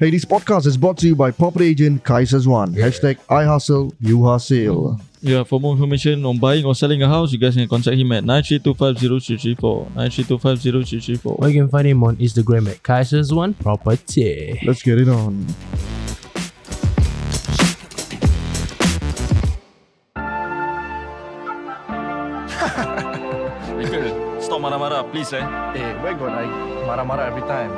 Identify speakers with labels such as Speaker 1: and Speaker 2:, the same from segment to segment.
Speaker 1: Hey, this podcast is brought to you by property agent Kaisers One. Hashtag I hustle, you hustle.
Speaker 2: Yeah, for more information on buying or selling a house, you guys can contact him at 93250334. 93250334.
Speaker 3: Or you can find him on Instagram at Kaisers One Property.
Speaker 1: Let's get it on.
Speaker 2: Michael, stop marah-marah, please eh.
Speaker 4: Eh, where got I marah-marah every time?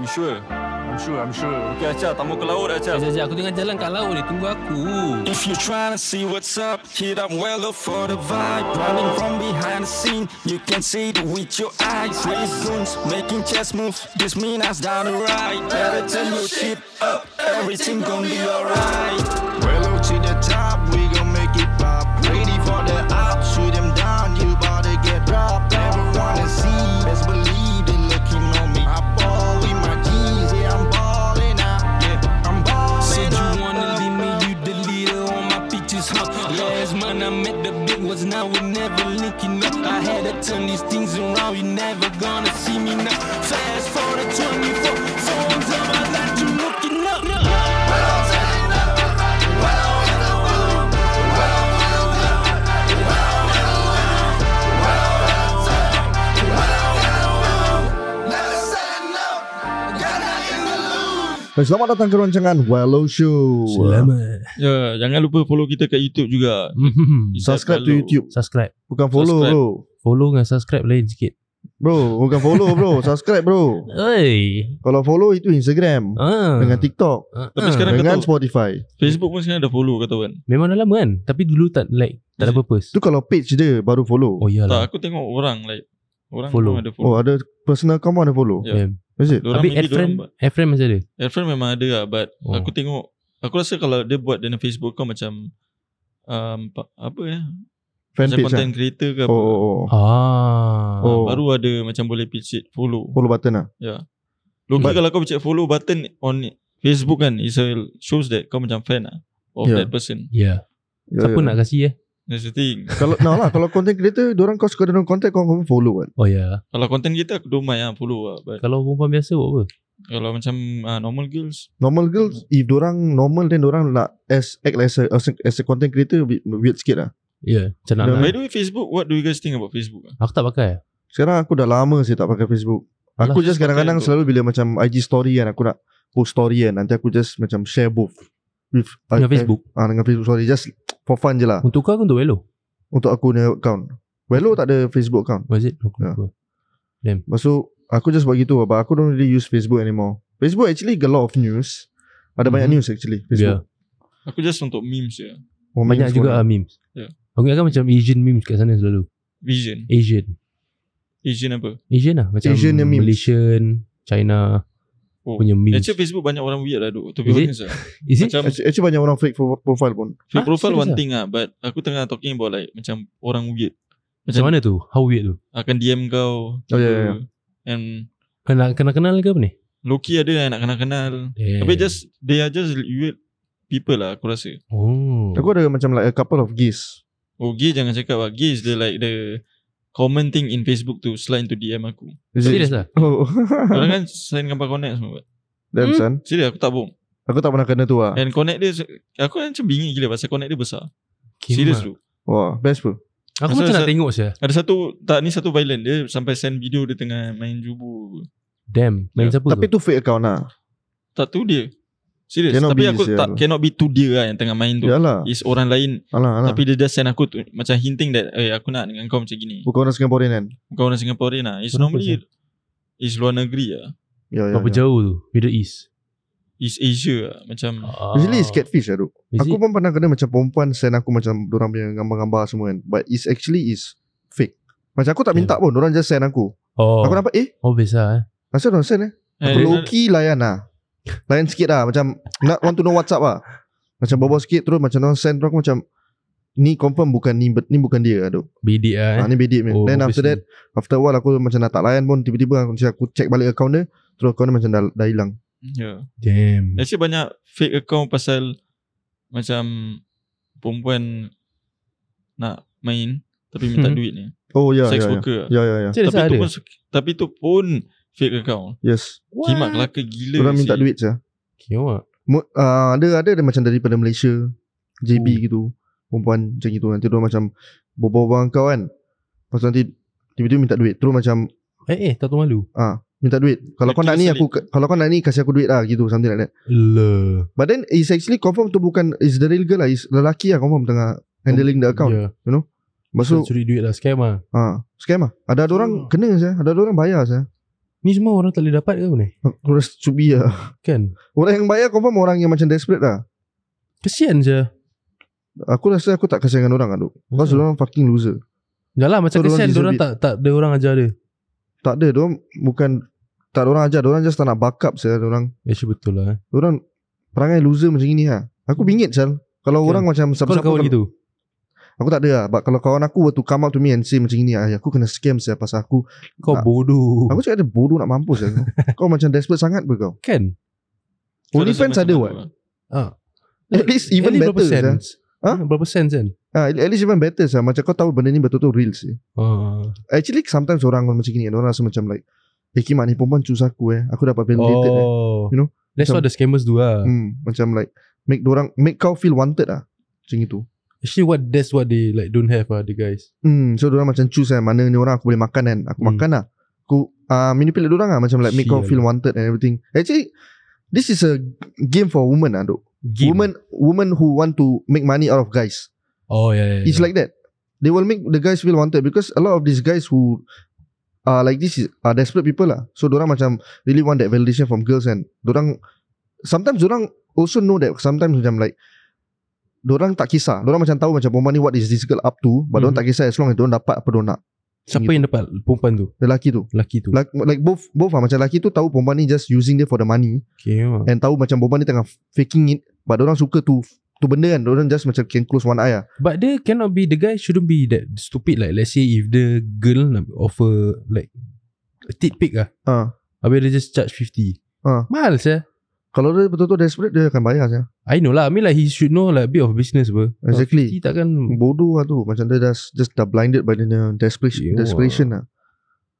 Speaker 2: You sure?
Speaker 4: I'm sure, I'm sure.
Speaker 2: Okay, Acah, tamu ke laut Acah.
Speaker 3: Sekejap, aku tengah jalan kat laut ni. Tunggu aku.
Speaker 5: If you're trying to see what's up, hit up well up for the vibe. Running from behind the scene, you can see it with your eyes. Raise goons, making chess moves. This mean us down the right. Better turn your shit up, everything gon' be alright. Well up to the top, we gon' make it pop. Ready for the op, shoot them down, you bout to get dropped. Everyone to see, best believe they looking on me. I ball with my G's, yeah, I'm ballin' out. Yeah, I'm ballin'
Speaker 6: Said
Speaker 5: out.
Speaker 6: you wanna leave me, you the leader on my pictures, huh? Last month I met the big ones, now we're never linking up. I had to turn these things around, you never gonna see me now. Fast forward to 24, phones on my life, you looking up.
Speaker 1: Hey, selamat datang ke rancangan Wello Show.
Speaker 3: Selamat. Hmm,
Speaker 2: Yeah, Ya, jangan lupa follow kita kat YouTube juga. Izzat
Speaker 1: Subscribe to
Speaker 2: Bello.
Speaker 1: YouTube.
Speaker 3: subscribe.
Speaker 1: Bukan follow
Speaker 2: Subscribe.
Speaker 1: bro.
Speaker 3: Follow dengan subscribe lain sikit.
Speaker 1: Bro, bukan follow bro. Subscribe bro.
Speaker 3: Oi.
Speaker 1: Kalau follow itu Instagram.
Speaker 3: Ah.
Speaker 1: Dengan TikTok.
Speaker 3: Ah,
Speaker 2: Tapi
Speaker 3: ah.
Speaker 2: sekarang- Kadang
Speaker 1: Dengan
Speaker 2: kau tahu-
Speaker 1: Spotify.
Speaker 2: Facebook pun sekarang dah follow kata kan.
Speaker 3: memang dah lama kan? Tapi dulu tak like, tak ada purpose.
Speaker 1: Itu kalau page dia baru follow.
Speaker 3: Oh iyalah.
Speaker 2: Tak, aku tengok orang like orang pun
Speaker 3: Follow.
Speaker 2: ada
Speaker 1: Oh,
Speaker 2: follow.
Speaker 1: ada personal kamu ada follow.
Speaker 2: Ya.
Speaker 3: Yeah.
Speaker 1: Is it?
Speaker 2: Dorang
Speaker 3: Tapi
Speaker 2: maybe
Speaker 3: ad friend,
Speaker 2: dorang buat-
Speaker 3: ad friend masih ada.
Speaker 2: Ad friend memang ada lah but
Speaker 3: Oh.
Speaker 2: aku tengok aku rasa kalau dia buat dalam Facebook kau macam um, pa- apa ya?
Speaker 1: Fan
Speaker 2: macam
Speaker 1: page
Speaker 2: content
Speaker 1: lah.
Speaker 2: creator ke apa.
Speaker 1: Oh, oh, oh.
Speaker 3: Ah.
Speaker 2: Ah,
Speaker 1: Oh.
Speaker 2: Baru ada macam boleh picit follow.
Speaker 1: Follow button lah.
Speaker 2: Logi
Speaker 1: But-
Speaker 2: kalau kau pencet follow button on Facebook kan It shows that kau macam fan lah Of
Speaker 1: Yeah.
Speaker 2: that person
Speaker 3: Ya. Yeah.
Speaker 1: Ya,
Speaker 3: Siapa
Speaker 1: ya.
Speaker 3: nak kasih ya?
Speaker 2: That's the thing
Speaker 1: Kalau nah lah kalau content creator orang kau suka dengan content kau kau follow kan.
Speaker 3: Oh ya. Yeah.
Speaker 2: Kalau content kita aku don't mind lah follow lah But
Speaker 3: Kalau perempuan biasa buat apa?
Speaker 2: kalau macam uh, normal girls
Speaker 1: Normal girls if orang normal then orang nak as act as a, as a, as a content creator a bit weird sikit lah.
Speaker 3: Ya, yeah, macam nak
Speaker 1: Dah
Speaker 3: lah.
Speaker 2: By the way Facebook What do you guys think about Facebook ah?
Speaker 3: Aku tak pakai.
Speaker 1: Sekarang aku dah lama sih tak pakai Facebook. Aku
Speaker 3: Alah,
Speaker 1: just kadang-kadang
Speaker 2: pakai tu.
Speaker 1: selalu bila macam IG story kan aku nak post story kan nanti aku just macam share both with
Speaker 3: Dengan
Speaker 1: eh,
Speaker 3: Facebook.
Speaker 1: Ah dengan Facebook story just for fun je lah
Speaker 3: Untuk kau ke untuk Hello?
Speaker 1: untuk aku punya account. Welo tak ada Facebook account.
Speaker 3: Was it? Aku
Speaker 1: Ya.
Speaker 3: lupa.
Speaker 1: Maksud aku just buat gitu but aku don't really use Facebook anymore. Facebook actually got a lot of news. Ada banyak
Speaker 3: Mhm.
Speaker 1: news actually Facebook.
Speaker 2: Aku just untuk memes je
Speaker 1: Oh,
Speaker 3: Banyak
Speaker 1: memes
Speaker 3: juga
Speaker 1: korang.
Speaker 3: ah memes.
Speaker 2: Ya.
Speaker 3: Aku ingatkan macam Asian memes kat sana selalu.
Speaker 2: Vision
Speaker 3: Asian.
Speaker 2: Asian apa
Speaker 3: Asian lah macam
Speaker 1: Asian punya memes.
Speaker 3: Malaysian, China
Speaker 2: Oh.
Speaker 3: punya memes.
Speaker 2: Actually Facebook banyak orang weird lah duk, To be
Speaker 3: Is it?
Speaker 2: honest lah
Speaker 3: Is it?
Speaker 2: Macam
Speaker 1: Actually, actually banyak orang fake pro- profile pun.
Speaker 2: fake
Speaker 3: Ah,
Speaker 2: profile
Speaker 3: serious
Speaker 2: one
Speaker 3: ah?
Speaker 2: thing lah But aku tengah talking about like Macam orang weird
Speaker 3: Macam
Speaker 2: Macam,
Speaker 3: mana tu? How weird tu?
Speaker 2: akan DM kau
Speaker 1: Oh, ya, ya, ya.
Speaker 2: And
Speaker 3: Kena kena kenal ke apa ni?
Speaker 2: Loki ada yang nak kenal-kenal
Speaker 3: Damn.
Speaker 2: Tapi just They are just weird people lah Aku rasa
Speaker 3: Oh.
Speaker 1: Aku ada macam like a couple of gays.
Speaker 2: Oh gay jangan cakap lah Gay is the like the Common thing in Facebook tu Selain tu DM aku
Speaker 1: Is it?
Speaker 3: serius lah.
Speaker 1: Oh,
Speaker 2: Orang kan sign gambar connect semua buat
Speaker 3: Hmm?
Speaker 1: damn son.
Speaker 2: Serius aku tak bohong
Speaker 1: Aku tak pernah kena tu lah.
Speaker 3: Eh.
Speaker 2: And connect dia Aku kan macam bingit gila Pasal connect dia besar Serius
Speaker 1: lah.
Speaker 3: Kimak.
Speaker 2: tu
Speaker 1: Wah, best pun.
Speaker 2: Pasal-
Speaker 3: Aku macam nak
Speaker 2: pasal-
Speaker 3: tengok saja.
Speaker 2: Ada satu Tak ni satu violent Dia sampai send video Dia tengah main jubu
Speaker 3: Damn, main
Speaker 2: Ya.
Speaker 3: siapa
Speaker 1: Tapi
Speaker 3: tu?
Speaker 1: tu fake account lah.
Speaker 2: Tak tu dia Serius
Speaker 1: Cannot
Speaker 2: Tapi
Speaker 1: be
Speaker 2: aku
Speaker 1: sial.
Speaker 2: tak Cannot be tu dia lah Yang tengah main tu
Speaker 1: Yalah. Ah.
Speaker 2: Is orang lain
Speaker 1: Alah, alah.
Speaker 2: Tapi dia just send aku tu, Macam hinting that Eh aku nak dengan kau macam gini
Speaker 1: Bukan orang Singaporean kan?
Speaker 2: Bukan orang Singaporean lah It's
Speaker 3: Kenapa
Speaker 2: normally Is luar negeri lah
Speaker 1: Ya, ya,
Speaker 3: Berapa
Speaker 1: ya.
Speaker 3: jauh tu? Middle East.
Speaker 2: Is Asia lah Macam
Speaker 3: Ah.
Speaker 1: Usually it's catfish lah duk.
Speaker 3: Is
Speaker 1: Aku
Speaker 3: it?
Speaker 1: pun pernah kena macam perempuan send aku macam dorang punya gambar-gambar semua kan. But it's actually is fake. Macam aku tak minta pun, dorang just send aku.
Speaker 3: Ya. Oh,
Speaker 1: Aku nampak, eh,
Speaker 3: obvious lah eh.
Speaker 1: asal dorang send eh?
Speaker 2: Eh,
Speaker 1: Aku low key layan lah. Layan sikit lah, macam nak want to know WhatsApp lah. Macam bawa sikit terus macam dorang send terus aku macam ni confirm bukan ni ni bukan dia aduh.
Speaker 3: Bidik lah eh.
Speaker 1: Ha, ni bedek man.
Speaker 3: Oh,
Speaker 1: Then after that
Speaker 3: obviously.
Speaker 1: After a while aku macam dah tak layan pun Tiba-tiba aku, aku check balik account dia Terus account dia macam dah, dah hilang
Speaker 2: yeah.
Speaker 3: Damn.
Speaker 2: Ya. Actually banyak fake account pasal Macam Perempuan Nak main Tapi minta
Speaker 3: Mhm.
Speaker 2: duit ni
Speaker 1: Oh ya ya
Speaker 2: Sex
Speaker 1: ya
Speaker 2: worker lah.
Speaker 1: Ya ya ya
Speaker 3: Serius
Speaker 2: Tapi
Speaker 3: lah
Speaker 2: tu
Speaker 3: ada?
Speaker 2: pun Tapi tu pun Fake account
Speaker 1: Yes
Speaker 2: Kimak lah. kelaka gila
Speaker 1: Orang minta
Speaker 2: sih.
Speaker 1: duit je
Speaker 3: Kiwa.
Speaker 1: Mo- uh, ada ada ada macam daripada Malaysia JB gitu perempuan macam gitu nanti dia macam berbual-bual dengan kau kan lepas tu nanti tiba-tiba minta duit terus macam
Speaker 3: Eh eh tak tahu malu.
Speaker 1: Ah, minta duit kalau kau nak ni aku kalau kau nak ni kasih aku duit lah gitu something like that
Speaker 3: Le.
Speaker 1: but then it's actually confirm tu bukan is the real girl lah is lelaki lah confirm tengah handling the account
Speaker 3: Yeah.
Speaker 1: lepas tu
Speaker 3: So, curi duit lah scam lah.
Speaker 1: ha, scam lah ada ada orang
Speaker 3: Hmm.
Speaker 1: kena saya ada ada orang bayar saya
Speaker 3: Ni semua orang tak boleh dapat ke apa ni?
Speaker 1: aku rasa cubi lah
Speaker 3: Kan?
Speaker 1: orang yang bayar confirm orang yang macam desperate lah
Speaker 3: Kesian je.
Speaker 1: aku rasa aku tak kasihan dengan orang aduk because orang fucking loser
Speaker 3: Jalan macam
Speaker 1: Dorang
Speaker 3: kesian
Speaker 1: deserve
Speaker 3: orang
Speaker 1: it.
Speaker 3: tak tak ada orang ajar dia.
Speaker 1: Tak ada Diorang bukan Tak ada orang ajar Diorang just tak nak backup saya Diorang
Speaker 3: Actually betul lah. eh.
Speaker 1: Diorang Perangai loser macam ni lah Aku bingit Sal Kalau
Speaker 3: Okay.
Speaker 1: orang macam
Speaker 3: Kau ada
Speaker 1: siapa-siapa
Speaker 3: kawan
Speaker 1: kalau-
Speaker 3: gitu?
Speaker 1: Aku tak ada lah But kalau kawan aku Were to come up to me and say Macam ni lah Aku kena scam saya Pasal aku
Speaker 3: Kau
Speaker 1: Tak.
Speaker 3: bodoh.
Speaker 1: Aku cakap dia bodoh nak mampus saya Kau macam desperate sangat pun kau
Speaker 3: Kan?
Speaker 2: Kau rasa
Speaker 1: OnlyFans
Speaker 2: macam
Speaker 1: ada
Speaker 2: mana,
Speaker 1: what
Speaker 2: Wak?
Speaker 3: Ah.
Speaker 1: At least even
Speaker 3: At least
Speaker 1: better saya.
Speaker 3: Berapa sen?
Speaker 1: Ha?
Speaker 3: Berapa sen kan?
Speaker 1: Ah, At least even better saya. Macam kau tahu benda ni betul-betul real sih.
Speaker 3: Ah.
Speaker 1: Actually sometimes orang macam ni Orang rasa macam like Eh Kimak ni perempuan choose aku eh Aku dapat validated eh
Speaker 3: Oh.
Speaker 1: You know?
Speaker 3: That's
Speaker 1: Macam-
Speaker 3: what the scammers do lah.
Speaker 1: hmm, Macam like Make orang Make kau feel wanted lah Macam itu
Speaker 3: Actually what that's what they like don't have ah the guys.
Speaker 1: Hmm, so diorang macam choose kan mana ni orang aku boleh makan kan. Aku
Speaker 3: Hmm.
Speaker 1: makan lah. Aku uh, manipulate diorang lah macam like make kau
Speaker 3: Sial.
Speaker 1: feel wanted and everything. Actually this is a game for women lah dok.
Speaker 3: Game.
Speaker 1: Women women who want to make money out of guys.
Speaker 3: Oh yeah. yeah, yeah.
Speaker 1: It's like that. They will make the guys feel wanted because a lot of these guys who are like this is are desperate people lah. So diorang macam really want that validation from girls and diorang sometimes diorang also know that sometimes macam like Diorang tak kisah Diorang macam tahu macam Perempuan ni what is this girl up to But diorang
Speaker 3: Mhm.
Speaker 1: tak kisah As long as diorang dapat apa diorang nak
Speaker 3: siapa yang dapat perempuan tu?
Speaker 1: lelaki tu
Speaker 3: Lelaki tu.
Speaker 1: like, like both both lah macam lelaki tu tahu perempuan ni just using dia for the money
Speaker 3: Okay. ah.
Speaker 1: and tahu macam perempuan ni tengah faking it but orang suka tu tu benda kan orang just macam can close one eye lah
Speaker 3: But they cannot be the guy shouldn't be that stupid like let's say if the girl nak offer like a tit pic ah.
Speaker 1: Ah.
Speaker 3: Habis dia just charge 50.
Speaker 1: Ah.
Speaker 3: Mahal saya.
Speaker 1: kalau dia betul-betul desperate dia akan bayar saya
Speaker 3: I know lah. I mean like he should know like a bit of business bro.
Speaker 1: Exactly.
Speaker 3: He takkan
Speaker 1: bodoh lah tu macam dia just just dah blinded by dia punya desperation
Speaker 3: Yo.
Speaker 1: desperation lah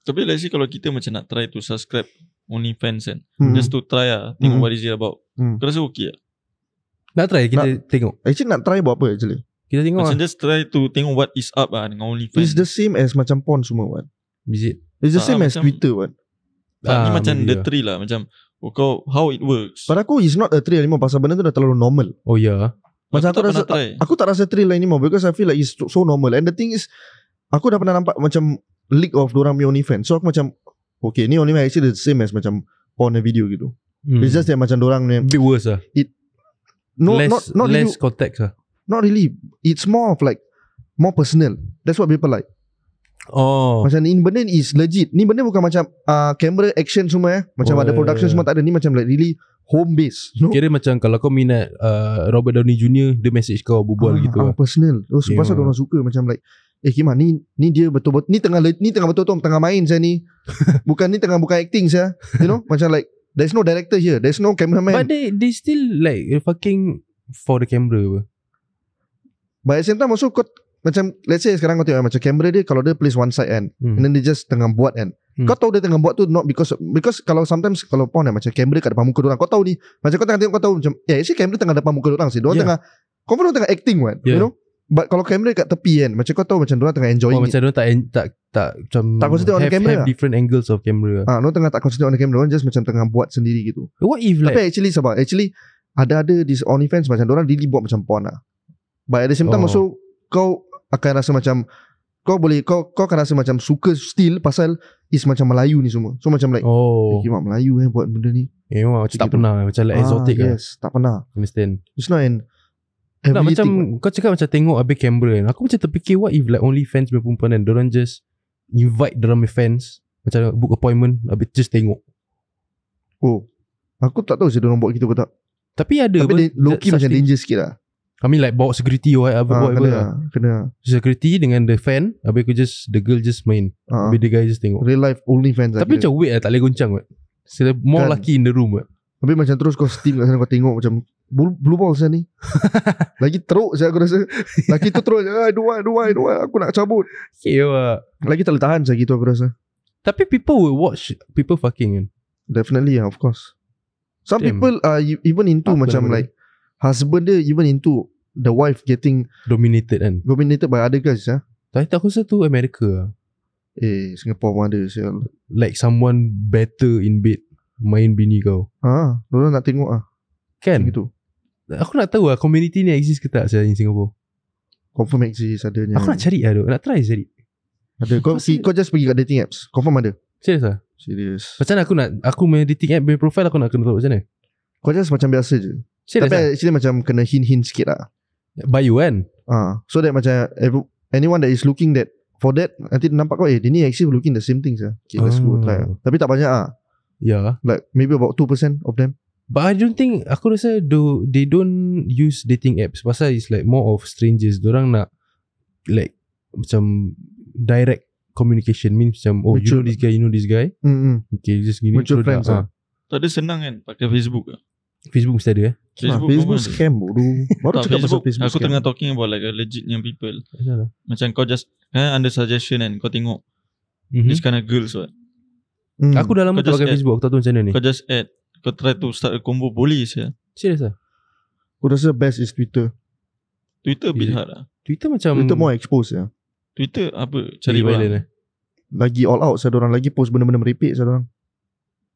Speaker 2: Tapi let's say kalau kita macam nak try to subscribe OnlyFans kan
Speaker 1: Hmm.
Speaker 2: Just to try lah
Speaker 1: Hmm.
Speaker 2: Tengok what is it about
Speaker 1: Hmm.
Speaker 2: Kau rasa okay lah
Speaker 3: nak try kita tengok.
Speaker 1: actually nak try buat apa actually
Speaker 3: Kita tengok
Speaker 2: Macam
Speaker 3: ah.
Speaker 2: just try to tengok what is up lah Dengan
Speaker 1: it's
Speaker 2: OnlyFans
Speaker 1: the same as macam porn semua kan
Speaker 3: Is it?
Speaker 1: it's the
Speaker 2: Ah,
Speaker 1: same as
Speaker 2: macam-
Speaker 1: Twitter kan
Speaker 2: Tak, ni
Speaker 3: Ah,
Speaker 2: macam
Speaker 3: maybe
Speaker 2: the
Speaker 3: lah.
Speaker 2: three lah Macam oh, kau, How it works
Speaker 1: pada aku it's not a thrill anymore pasal benda tu dah terlalu normal
Speaker 3: Oh yeah.
Speaker 1: Macam aku
Speaker 2: tak pernah
Speaker 1: rasa
Speaker 2: try
Speaker 1: Aku tak rasa thrill anymore Because I feel like It's so- so normal And the thing is Aku dah pernah nampak Macam Leak of dorang punya OnlyFans So aku macam Okay ni OnlyFans actually The same as macam Porn and video gitu
Speaker 3: Hmm.
Speaker 1: It's just that macam dorang ni
Speaker 3: a bit worse ah.
Speaker 1: No
Speaker 3: less,
Speaker 1: not not
Speaker 3: less
Speaker 1: really,
Speaker 3: context ah.
Speaker 1: Not really It's more of like More personal That's what people like
Speaker 3: Oh.
Speaker 1: Macam ni benda ni is legit Ni benda bukan macam uh, Camera action semua eh Macam
Speaker 3: Oh,
Speaker 1: ada
Speaker 3: yeah,
Speaker 1: production
Speaker 3: yeah,
Speaker 1: semua tak ada Ni macam like really Home based no?
Speaker 3: Kira macam kalau kau minat uh, Robert Downey Jr. Dia message kau berbual
Speaker 1: Ah,
Speaker 3: gitu
Speaker 1: ah,
Speaker 3: lah.
Speaker 1: personal Terus
Speaker 3: Yeah.
Speaker 1: pasal orang suka Macam like Eh Kimah ni Ni dia betul-betul Ni tengah le- ni tengah betul-betul Tengah main saya ni Bukan ni tengah bukan acting saya You know Macam like There's no director here There's no cameraman
Speaker 3: But
Speaker 1: But,
Speaker 3: they they still like fucking for the camera apa.
Speaker 1: But at the same time also kau, Macam let's say sekarang kau tengok eh, Macam kamera dia Kalau dia place one side kan
Speaker 3: Hmm.
Speaker 1: And then dia just tengah buat kan
Speaker 3: Hmm.
Speaker 1: Kau tahu dia tengah buat tu Not because Because kalau sometimes Kalau pun eh, macam kamera kat depan muka orang Kau tahu ni Macam kau tengah tengok kau tahu macam Eh actually kamera tengah depan muka orang sih Diorang
Speaker 3: Yeah.
Speaker 1: tengah Kau pun tengah acting kan You
Speaker 3: Yeah.
Speaker 1: know But kalau kamera kat tepi kan Macam kau tahu macam Diorang tengah enjoying it
Speaker 3: Oh, macam dia tak tak tak macam
Speaker 1: Tak consider on the
Speaker 3: have,
Speaker 1: camera
Speaker 3: have
Speaker 1: lah.
Speaker 3: different angles of camera.
Speaker 1: Ah, orang tengah tak consider on the camera, orang just macam tengah buat sendiri gitu.
Speaker 3: What if
Speaker 1: Like, Tapi
Speaker 3: like
Speaker 1: actually sebab actually ada ada this OnlyFans macam orang really buat macam porn lah. But at the same time
Speaker 3: Oh.
Speaker 1: also kau akan rasa macam kau boleh kau kau akan rasa macam suka still pasal is macam Melayu ni semua. So macam like Oh.
Speaker 3: oh,
Speaker 1: Melayu eh buat benda ni
Speaker 3: eh, wow, macam tak
Speaker 1: gitu.
Speaker 3: pernah macam like exotic
Speaker 1: ah,
Speaker 3: ah.
Speaker 1: Yes Tak pernah
Speaker 3: Understand.
Speaker 1: It's not an
Speaker 3: Tak macam
Speaker 1: everything
Speaker 3: kau cakap macam tengok habis kamera kan. Aku macam terfikir what if like only fans perempuan dan orang just invite drama fans macam book appointment habis just tengok.
Speaker 1: Oh Aku tak tahu sih Diorang buat gitu ke tak
Speaker 3: Tapi ada
Speaker 1: Tapi dia low key macam danger sikit lah
Speaker 3: Kami like bawa security or whatever,
Speaker 1: Ah,
Speaker 3: whatever
Speaker 1: Kena
Speaker 3: lah.
Speaker 1: lah, Kena lah.
Speaker 3: security dengan the fan Habis aku just The girl just main
Speaker 1: Ah,
Speaker 3: Habis the guy just tengok
Speaker 1: Real life OnlyFans lah
Speaker 3: Tapi
Speaker 1: kira.
Speaker 3: macam weird lah Tak boleh goncang kot So there more
Speaker 1: Kan.
Speaker 3: lucky in the room kot
Speaker 1: Habis macam terus kau steam kat sana kau tengok macam blue, blue ball saya ni. Lagi teruk saya aku rasa. Lagi tu terus I don't want, I don't want, I don't want. Aku nak cabut.
Speaker 3: Okay lah
Speaker 1: Lagi tak boleh tahan saya gitu aku rasa.
Speaker 3: Tapi people will watch People fucking kan
Speaker 1: Definitely yeah, of course. Some
Speaker 3: Damn.
Speaker 1: people are e- even into
Speaker 3: Apa
Speaker 1: macam
Speaker 3: nama dia?
Speaker 1: like husband dia even into the wife getting
Speaker 3: Dominated kan
Speaker 1: dominated by other guys ya.
Speaker 3: Tapi tak rasa tu Amerika lah
Speaker 1: Eh Singapore pun ada sial.
Speaker 3: Like someone better in bed Main bini kau
Speaker 1: Ah, orang nak tengok ah
Speaker 3: Kan
Speaker 1: gitu.
Speaker 3: Aku nak tahu lah Community ni exist ke tak Saya in Singapore
Speaker 1: Confirm exist adanya.
Speaker 3: Aku nak cari lah duk. Nak try cari
Speaker 1: Ada kau
Speaker 3: Pasal-
Speaker 1: kau just pergi kat dating apps. Confirm ada.
Speaker 3: Serius lah
Speaker 1: Serius.
Speaker 3: Macam mana aku nak Aku main dating app Main profile aku nak kena tahu macam mana
Speaker 1: Kau just macam biasa je.
Speaker 3: Serius
Speaker 1: Tapi
Speaker 3: lah
Speaker 1: actually macam kena hint-hint sikit lah.
Speaker 3: Bio kan
Speaker 1: Ah, so that macam every, anyone that is looking that for that nanti nampak kau eh dia ni actually looking the same things ah. Okay, let's go
Speaker 3: Oh.
Speaker 1: try. ah. Tapi tak banyak ah.
Speaker 3: Ya
Speaker 1: Like maybe about 2% of them.
Speaker 3: But I don't think Aku rasa do, They don't use dating apps Pasal it's like More of strangers Diorang nak Like Macam Direct communication Means macam Oh you
Speaker 1: Mutual.
Speaker 3: know this guy You know this guy
Speaker 1: Hmm.
Speaker 3: Okay just gini
Speaker 1: Mutual
Speaker 3: So dah,
Speaker 1: friends lah.
Speaker 3: ah.
Speaker 2: Tak ada senang kan pakai Facebook. ke?
Speaker 3: Facebook mesti ada eh
Speaker 1: Facebook,
Speaker 2: Facebook,
Speaker 1: Ah, Facebook
Speaker 2: memang ada.
Speaker 1: scam bodoh. Baru
Speaker 2: Tak,
Speaker 1: cakap pasal
Speaker 2: Facebook,
Speaker 1: Facebook
Speaker 2: aku
Speaker 1: scam.
Speaker 2: tengah talking about like a legitnya people.
Speaker 3: Macam mana
Speaker 2: Macam kau just kan under suggestion kan kau tengok
Speaker 3: Mhm.
Speaker 2: this kind of girls what.
Speaker 1: Hmm.
Speaker 3: Aku dah lama
Speaker 2: Kau
Speaker 3: tak
Speaker 2: just
Speaker 3: pakai
Speaker 2: add.
Speaker 3: Facebook Aku tak tahu macam mana ni
Speaker 2: Kau just add kau try to start a combo boleh ya.
Speaker 3: Serius lah
Speaker 1: aku rasa best is Twitter.
Speaker 2: Twitter a bit
Speaker 3: Is it?
Speaker 2: hard lah.
Speaker 3: Twitter macam
Speaker 1: Twitter more exposed ya.
Speaker 2: Twitter apa
Speaker 3: Cari
Speaker 2: cari
Speaker 3: violent
Speaker 2: barang.
Speaker 3: eh
Speaker 1: Lagi all out saya orang lagi post benda-benda merepek saya orang.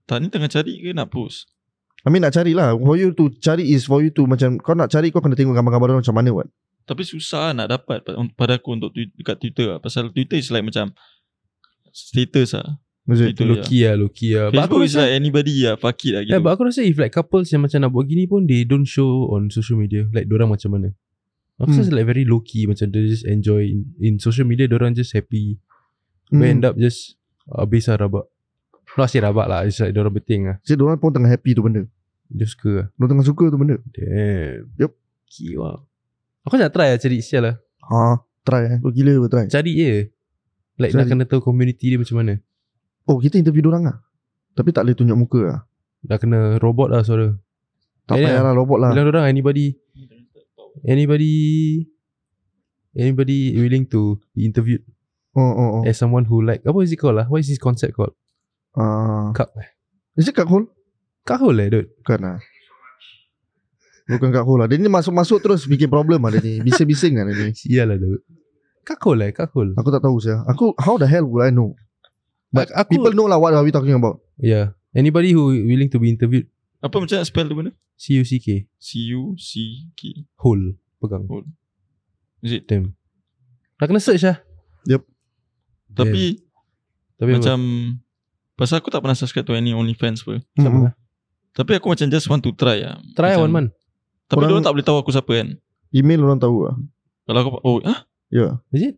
Speaker 2: Tak ni tengah cari ke nak post?
Speaker 1: I mean nak carilah For you to cari is for you to Macam kau nak cari Kau kena tengok gambar-gambar orang macam mana what
Speaker 2: Tapi susah lah nak dapat pa- pada aku untuk twi- dekat Twitter lah. Pasal Twitter is like macam status lah.
Speaker 1: Maksud
Speaker 2: Itu ya.
Speaker 3: Loki lah Loki lah But aku
Speaker 2: Facebook is
Speaker 3: rasa
Speaker 2: like anybody lah. Fuck it lah gitu.
Speaker 3: Yeah, Eh, but aku rasa if like couples yang macam nak buat gini pun they don't show on social media like orang macam mana. Aku
Speaker 1: Hmm.
Speaker 3: rasa like very low key macam they just enjoy in, in social media orang just happy.
Speaker 1: Hmm.
Speaker 3: Mm. We end up just habis lah rabak. Not say rabak lah, it's like orang beting lah.
Speaker 1: Jadi orang pun tengah happy tu benda
Speaker 3: Dia suka lah.
Speaker 1: Diorang tengah suka tu benda
Speaker 3: Damn.
Speaker 1: Yup.
Speaker 3: Kiwa. Aku nak try lah cari sial lah.
Speaker 1: Ha Try eh Kau gila kau try
Speaker 3: Cari je. Like nak
Speaker 1: Cari.
Speaker 3: kena tahu community dia macam mana.
Speaker 1: Oh kita interview orang lah Tapi tak boleh tunjuk muka lah
Speaker 3: Nak kena robot lah suara.
Speaker 1: Ha. Tak
Speaker 3: Yeah,
Speaker 1: payah lah robot lah
Speaker 3: Bilang orang anybody anybody anybody willing to be interviewed
Speaker 1: Oh oh oh
Speaker 3: as someone who like apa is it called lah what is this concept called
Speaker 1: Ah.
Speaker 3: Cup.
Speaker 1: Is it kat hole?
Speaker 3: kahul eh dude
Speaker 1: Bukan lah Bukan kat hole lah Dia ni masuk-masuk terus Bikin problem lah dia ni Bising-bising lah dia ni
Speaker 3: sial lah dude kahul eh kahul
Speaker 1: Aku tak tahu saya Aku How the hell would I know But
Speaker 3: Aku-
Speaker 1: People know lah What are we talking about
Speaker 3: yeah anybody who willing to be interviewed
Speaker 2: Apa macam nak spell tu benda?
Speaker 3: C-U-C-K
Speaker 2: C-U-C-K.
Speaker 3: hole pegang
Speaker 2: Hole. Is it?
Speaker 3: damn nak kena search lah
Speaker 2: Tapi
Speaker 3: tapi
Speaker 2: macam pasal aku tak pernah subscribe to any OnlyFans pun.
Speaker 3: apa? Macam
Speaker 1: Mm-mm.
Speaker 3: lah.
Speaker 2: Tapi aku macam just want to try lah.
Speaker 3: try
Speaker 2: macam,
Speaker 3: one month
Speaker 2: Tapi
Speaker 1: Korang-
Speaker 2: orang tak boleh tahu aku siapa kan.
Speaker 1: Email orang tahu lah Ya.
Speaker 2: Kalau aku oh ah,
Speaker 3: is it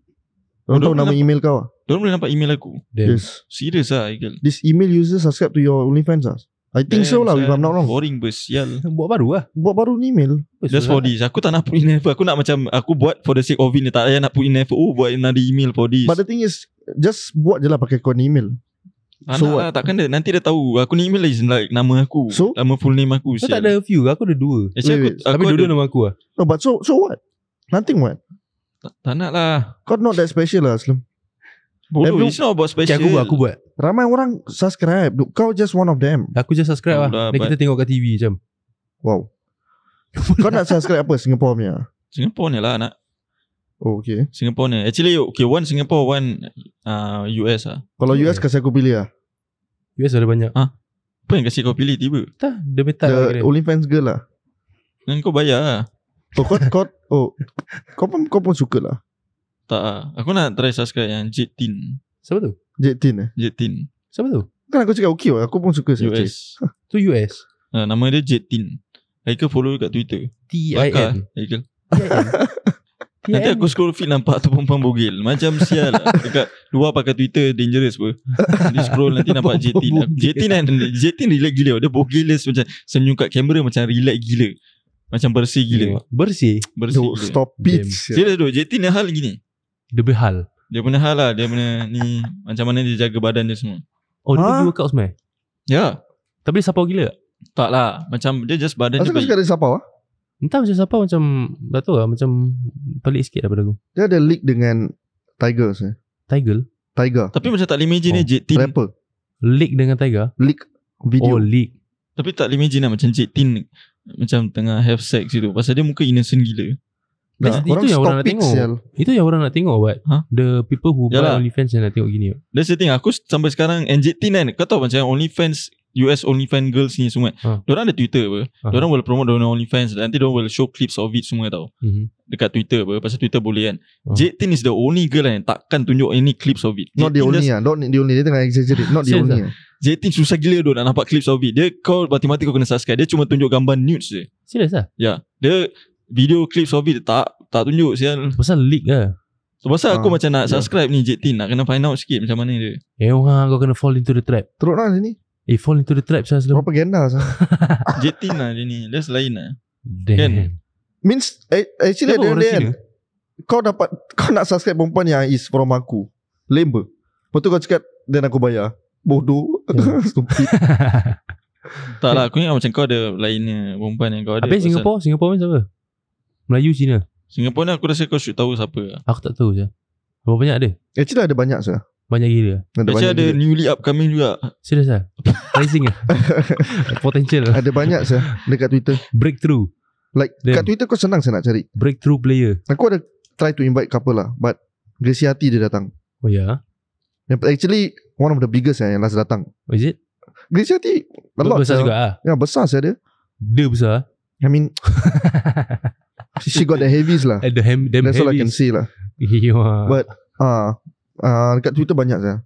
Speaker 1: Orang
Speaker 2: Diorang
Speaker 1: tahu nama
Speaker 2: kenapa-
Speaker 1: email kau lah
Speaker 2: dia boleh nampak email aku.
Speaker 3: damn
Speaker 1: Yes
Speaker 2: Serius lah Eagle.
Speaker 1: This email user subscribe to your OnlyFans lah I think so lah If I'm not wrong
Speaker 2: Boring bersial.
Speaker 3: buat baru lah
Speaker 1: Buat baru ni email
Speaker 2: Just for this Aku tak nak put in effort Aku nak macam Aku buat for the sake of it ni. Tak payah nak put in effort Oh buat another email for this
Speaker 1: But the thing is Just buat je lah Pakai kau ni email
Speaker 2: Anak
Speaker 1: so
Speaker 2: so lah Takkan dia Nanti dia tahu Aku ni email is like Nama aku
Speaker 1: So?
Speaker 2: Nama full name aku
Speaker 3: kau
Speaker 2: sial.
Speaker 3: tak ada few aku ada dua
Speaker 2: Actually
Speaker 1: Wait,
Speaker 2: aku, aku
Speaker 3: tapi
Speaker 2: ada,
Speaker 3: dua-dua nama aku lah
Speaker 1: No but so So what Nothing what
Speaker 2: tak, tak nak lah
Speaker 1: Kau not that special lah Aslam
Speaker 2: Bodoh
Speaker 1: Every-
Speaker 2: It's not about
Speaker 3: okay,
Speaker 2: special
Speaker 3: aku buat aku buat
Speaker 1: Ramai orang subscribe Duk, Kau just one of them
Speaker 3: aku just
Speaker 2: Tahu
Speaker 3: subscribe
Speaker 2: lah,
Speaker 3: lah dan kita tengok kat TV macam
Speaker 1: Wow Kau nak subscribe apa Singapore punya
Speaker 2: Singapore ni lah nak
Speaker 1: Oh okay
Speaker 2: Singapore ni Actually okay One Singapore One uh, US lah
Speaker 1: Kalau
Speaker 3: Okay.
Speaker 1: US kasih aku pilih lah
Speaker 3: US ada banyak
Speaker 2: Apa yang kasi kau pilih tiba
Speaker 3: tak dia metal lah
Speaker 1: The
Speaker 3: kira.
Speaker 1: OnlyFans girl lah
Speaker 2: Dan kau bayar lah
Speaker 1: Oh kau, kau, oh, kau pun kau pun suka lah
Speaker 2: Tak lah Aku nak try subscribe yang Jetin
Speaker 3: siapa tu
Speaker 1: Jet Tin eh
Speaker 2: Jetin
Speaker 3: siapa tu
Speaker 1: Kan aku cakap okay lah Aku pun suka Jet Tin.
Speaker 2: US
Speaker 3: tu US
Speaker 2: ha, Nama dia Jetin Haikal follow kat Twitter
Speaker 3: E
Speaker 2: Bakar
Speaker 3: T-I-N
Speaker 2: Haikal
Speaker 3: T-I-N.
Speaker 2: Nanti aku scroll feed nampak tu perempuan bogil. Macam sial lah. Dekat luar pakai Twitter dangerous apa. Dia scroll nanti nampak
Speaker 3: Perempuan
Speaker 2: Jetin.
Speaker 3: bogil.
Speaker 2: Jetin kan Jetin relax gila. Dia bogil dia macam senyum kat kamera macam relax gila. Macam bersih gila.
Speaker 3: Bersih
Speaker 2: Bersih
Speaker 1: Duh,
Speaker 2: gila.
Speaker 1: Stop it
Speaker 3: Damn.
Speaker 1: sia.
Speaker 2: Serius tu Jetin dia hal gini.
Speaker 3: Dia berhal
Speaker 2: Dia punya hal lah. Dia punya ni macam mana dia jaga badan dia semua.
Speaker 3: Oh dia
Speaker 1: Ha?
Speaker 3: pergi workout semai
Speaker 2: Ya.
Speaker 3: Tapi dia sapau gila tak?
Speaker 2: Tak lah. Macam dia just badan
Speaker 1: Asal
Speaker 2: dia
Speaker 1: kau
Speaker 2: baik.
Speaker 1: cakap dia sapau ah?
Speaker 3: Entah macam sapau macam Tak tahu lah macam Pelik sikit daripada aku
Speaker 1: Dia ada link dengan Tigers eh
Speaker 3: Tiger
Speaker 1: Tiger Oh,
Speaker 2: Tapi macam tak boleh imagine ni Jetin.
Speaker 1: Rapper
Speaker 3: Leak dengan Tiger
Speaker 1: Leak Video
Speaker 3: Oh leak
Speaker 2: Tapi tak boleh imagine lah Macam Cik Tin Macam tengah have sex gitu Pasal dia muka innocent gila
Speaker 3: That's- itu yang orang nak
Speaker 1: stop it,
Speaker 3: tengok.
Speaker 1: sial.
Speaker 3: Itu yang orang nak tengok what
Speaker 2: Huh?
Speaker 3: The people who buy
Speaker 2: Yalah.
Speaker 3: OnlyFans Yang nak tengok gini what?
Speaker 2: That's the thing Aku s- sampai sekarang And Cik Tin kan Kau tahu macam OnlyFans US OnlyFans girls ni semua
Speaker 3: Ha.
Speaker 2: ha. Diorang ada Twitter apa
Speaker 3: Ha.
Speaker 2: ha. Diorang boleh promote Diorang OnlyFans dan Nanti diorang boleh show clips of it semua tau
Speaker 3: Mhm.
Speaker 2: Dekat Twitter apa Pasal Twitter boleh kan
Speaker 3: Ha.
Speaker 2: Jade Tin is the only girl yang Takkan tunjuk any clips of it
Speaker 1: Not the
Speaker 2: Jade Tin
Speaker 1: only
Speaker 2: just-
Speaker 1: ah, Not the only Dia tengah exaggerate Not the
Speaker 3: Serious
Speaker 1: only ah.
Speaker 2: Jade Tin susah gila tu Nak nampak clips of it Dia kau mati-mati kau kena subscribe Dia cuma tunjuk gambar nudes je
Speaker 3: Serius lah
Speaker 2: Ya Dia Video clips of it Tak tak tunjuk sial
Speaker 3: Pasal leak lah
Speaker 2: So pasal aku
Speaker 1: Ha.
Speaker 2: macam nak
Speaker 1: Ya.
Speaker 2: subscribe ni Jade Tin Nak kena find out sikit Macam mana dia
Speaker 3: Eh wah kau kena fall into the trap
Speaker 1: Teruk lah dia ni
Speaker 3: Eh fall into the trap Syah selalu
Speaker 1: Propaganda sah.
Speaker 2: Jade Tin lah dia ni Dia lain lah Kan?
Speaker 3: Damn
Speaker 1: Means a- Actually
Speaker 3: Kenapa
Speaker 1: dia
Speaker 3: orang
Speaker 1: dia kan
Speaker 3: Cina?
Speaker 1: Kau dapat Kau nak subscribe perempuan yang is from aku Lemba Lepas tu kau cakap Dan aku bayar Bodoh
Speaker 3: Ya.
Speaker 1: Stupid
Speaker 2: Tak lah aku ingat macam kau ada Lainnya perempuan yang kau ada Pasal-
Speaker 3: Habis Singapore Singapore ni siapa Melayu Cina
Speaker 2: Singapore ni aku rasa kau should tahu siapa lah
Speaker 3: Aku tak tahu Syah Berapa banyak ada
Speaker 1: Actually ada banyak sah
Speaker 3: Banyak gila
Speaker 1: Ada
Speaker 2: Actually
Speaker 1: banyak
Speaker 2: ada
Speaker 1: gila.
Speaker 2: newly upcoming juga
Speaker 3: Serius lah Rising lah Potential lah
Speaker 1: Ada banyak sah Dekat Twitter
Speaker 3: Breakthrough
Speaker 1: Like
Speaker 3: Damn.
Speaker 1: Kat Twitter kau senang saya nak cari
Speaker 3: Breakthrough player
Speaker 1: Aku ada Try to invite couple lah But Gracie Hati dia datang
Speaker 3: Oh ya
Speaker 1: Yang- Actually One of the biggest eh, Yang last datang
Speaker 3: yeah. Is it
Speaker 1: Gracie Hati A lot
Speaker 3: Besar
Speaker 1: sah.
Speaker 3: juga ah.
Speaker 1: Ya besar saya dia
Speaker 3: Dia besar ah.
Speaker 1: I mean She got the heavies lah
Speaker 3: At the hem Damn
Speaker 1: That's all I
Speaker 3: heavy
Speaker 1: can say lah
Speaker 3: Yo,
Speaker 1: But- Ah, ah dekat Twitter banyak saya.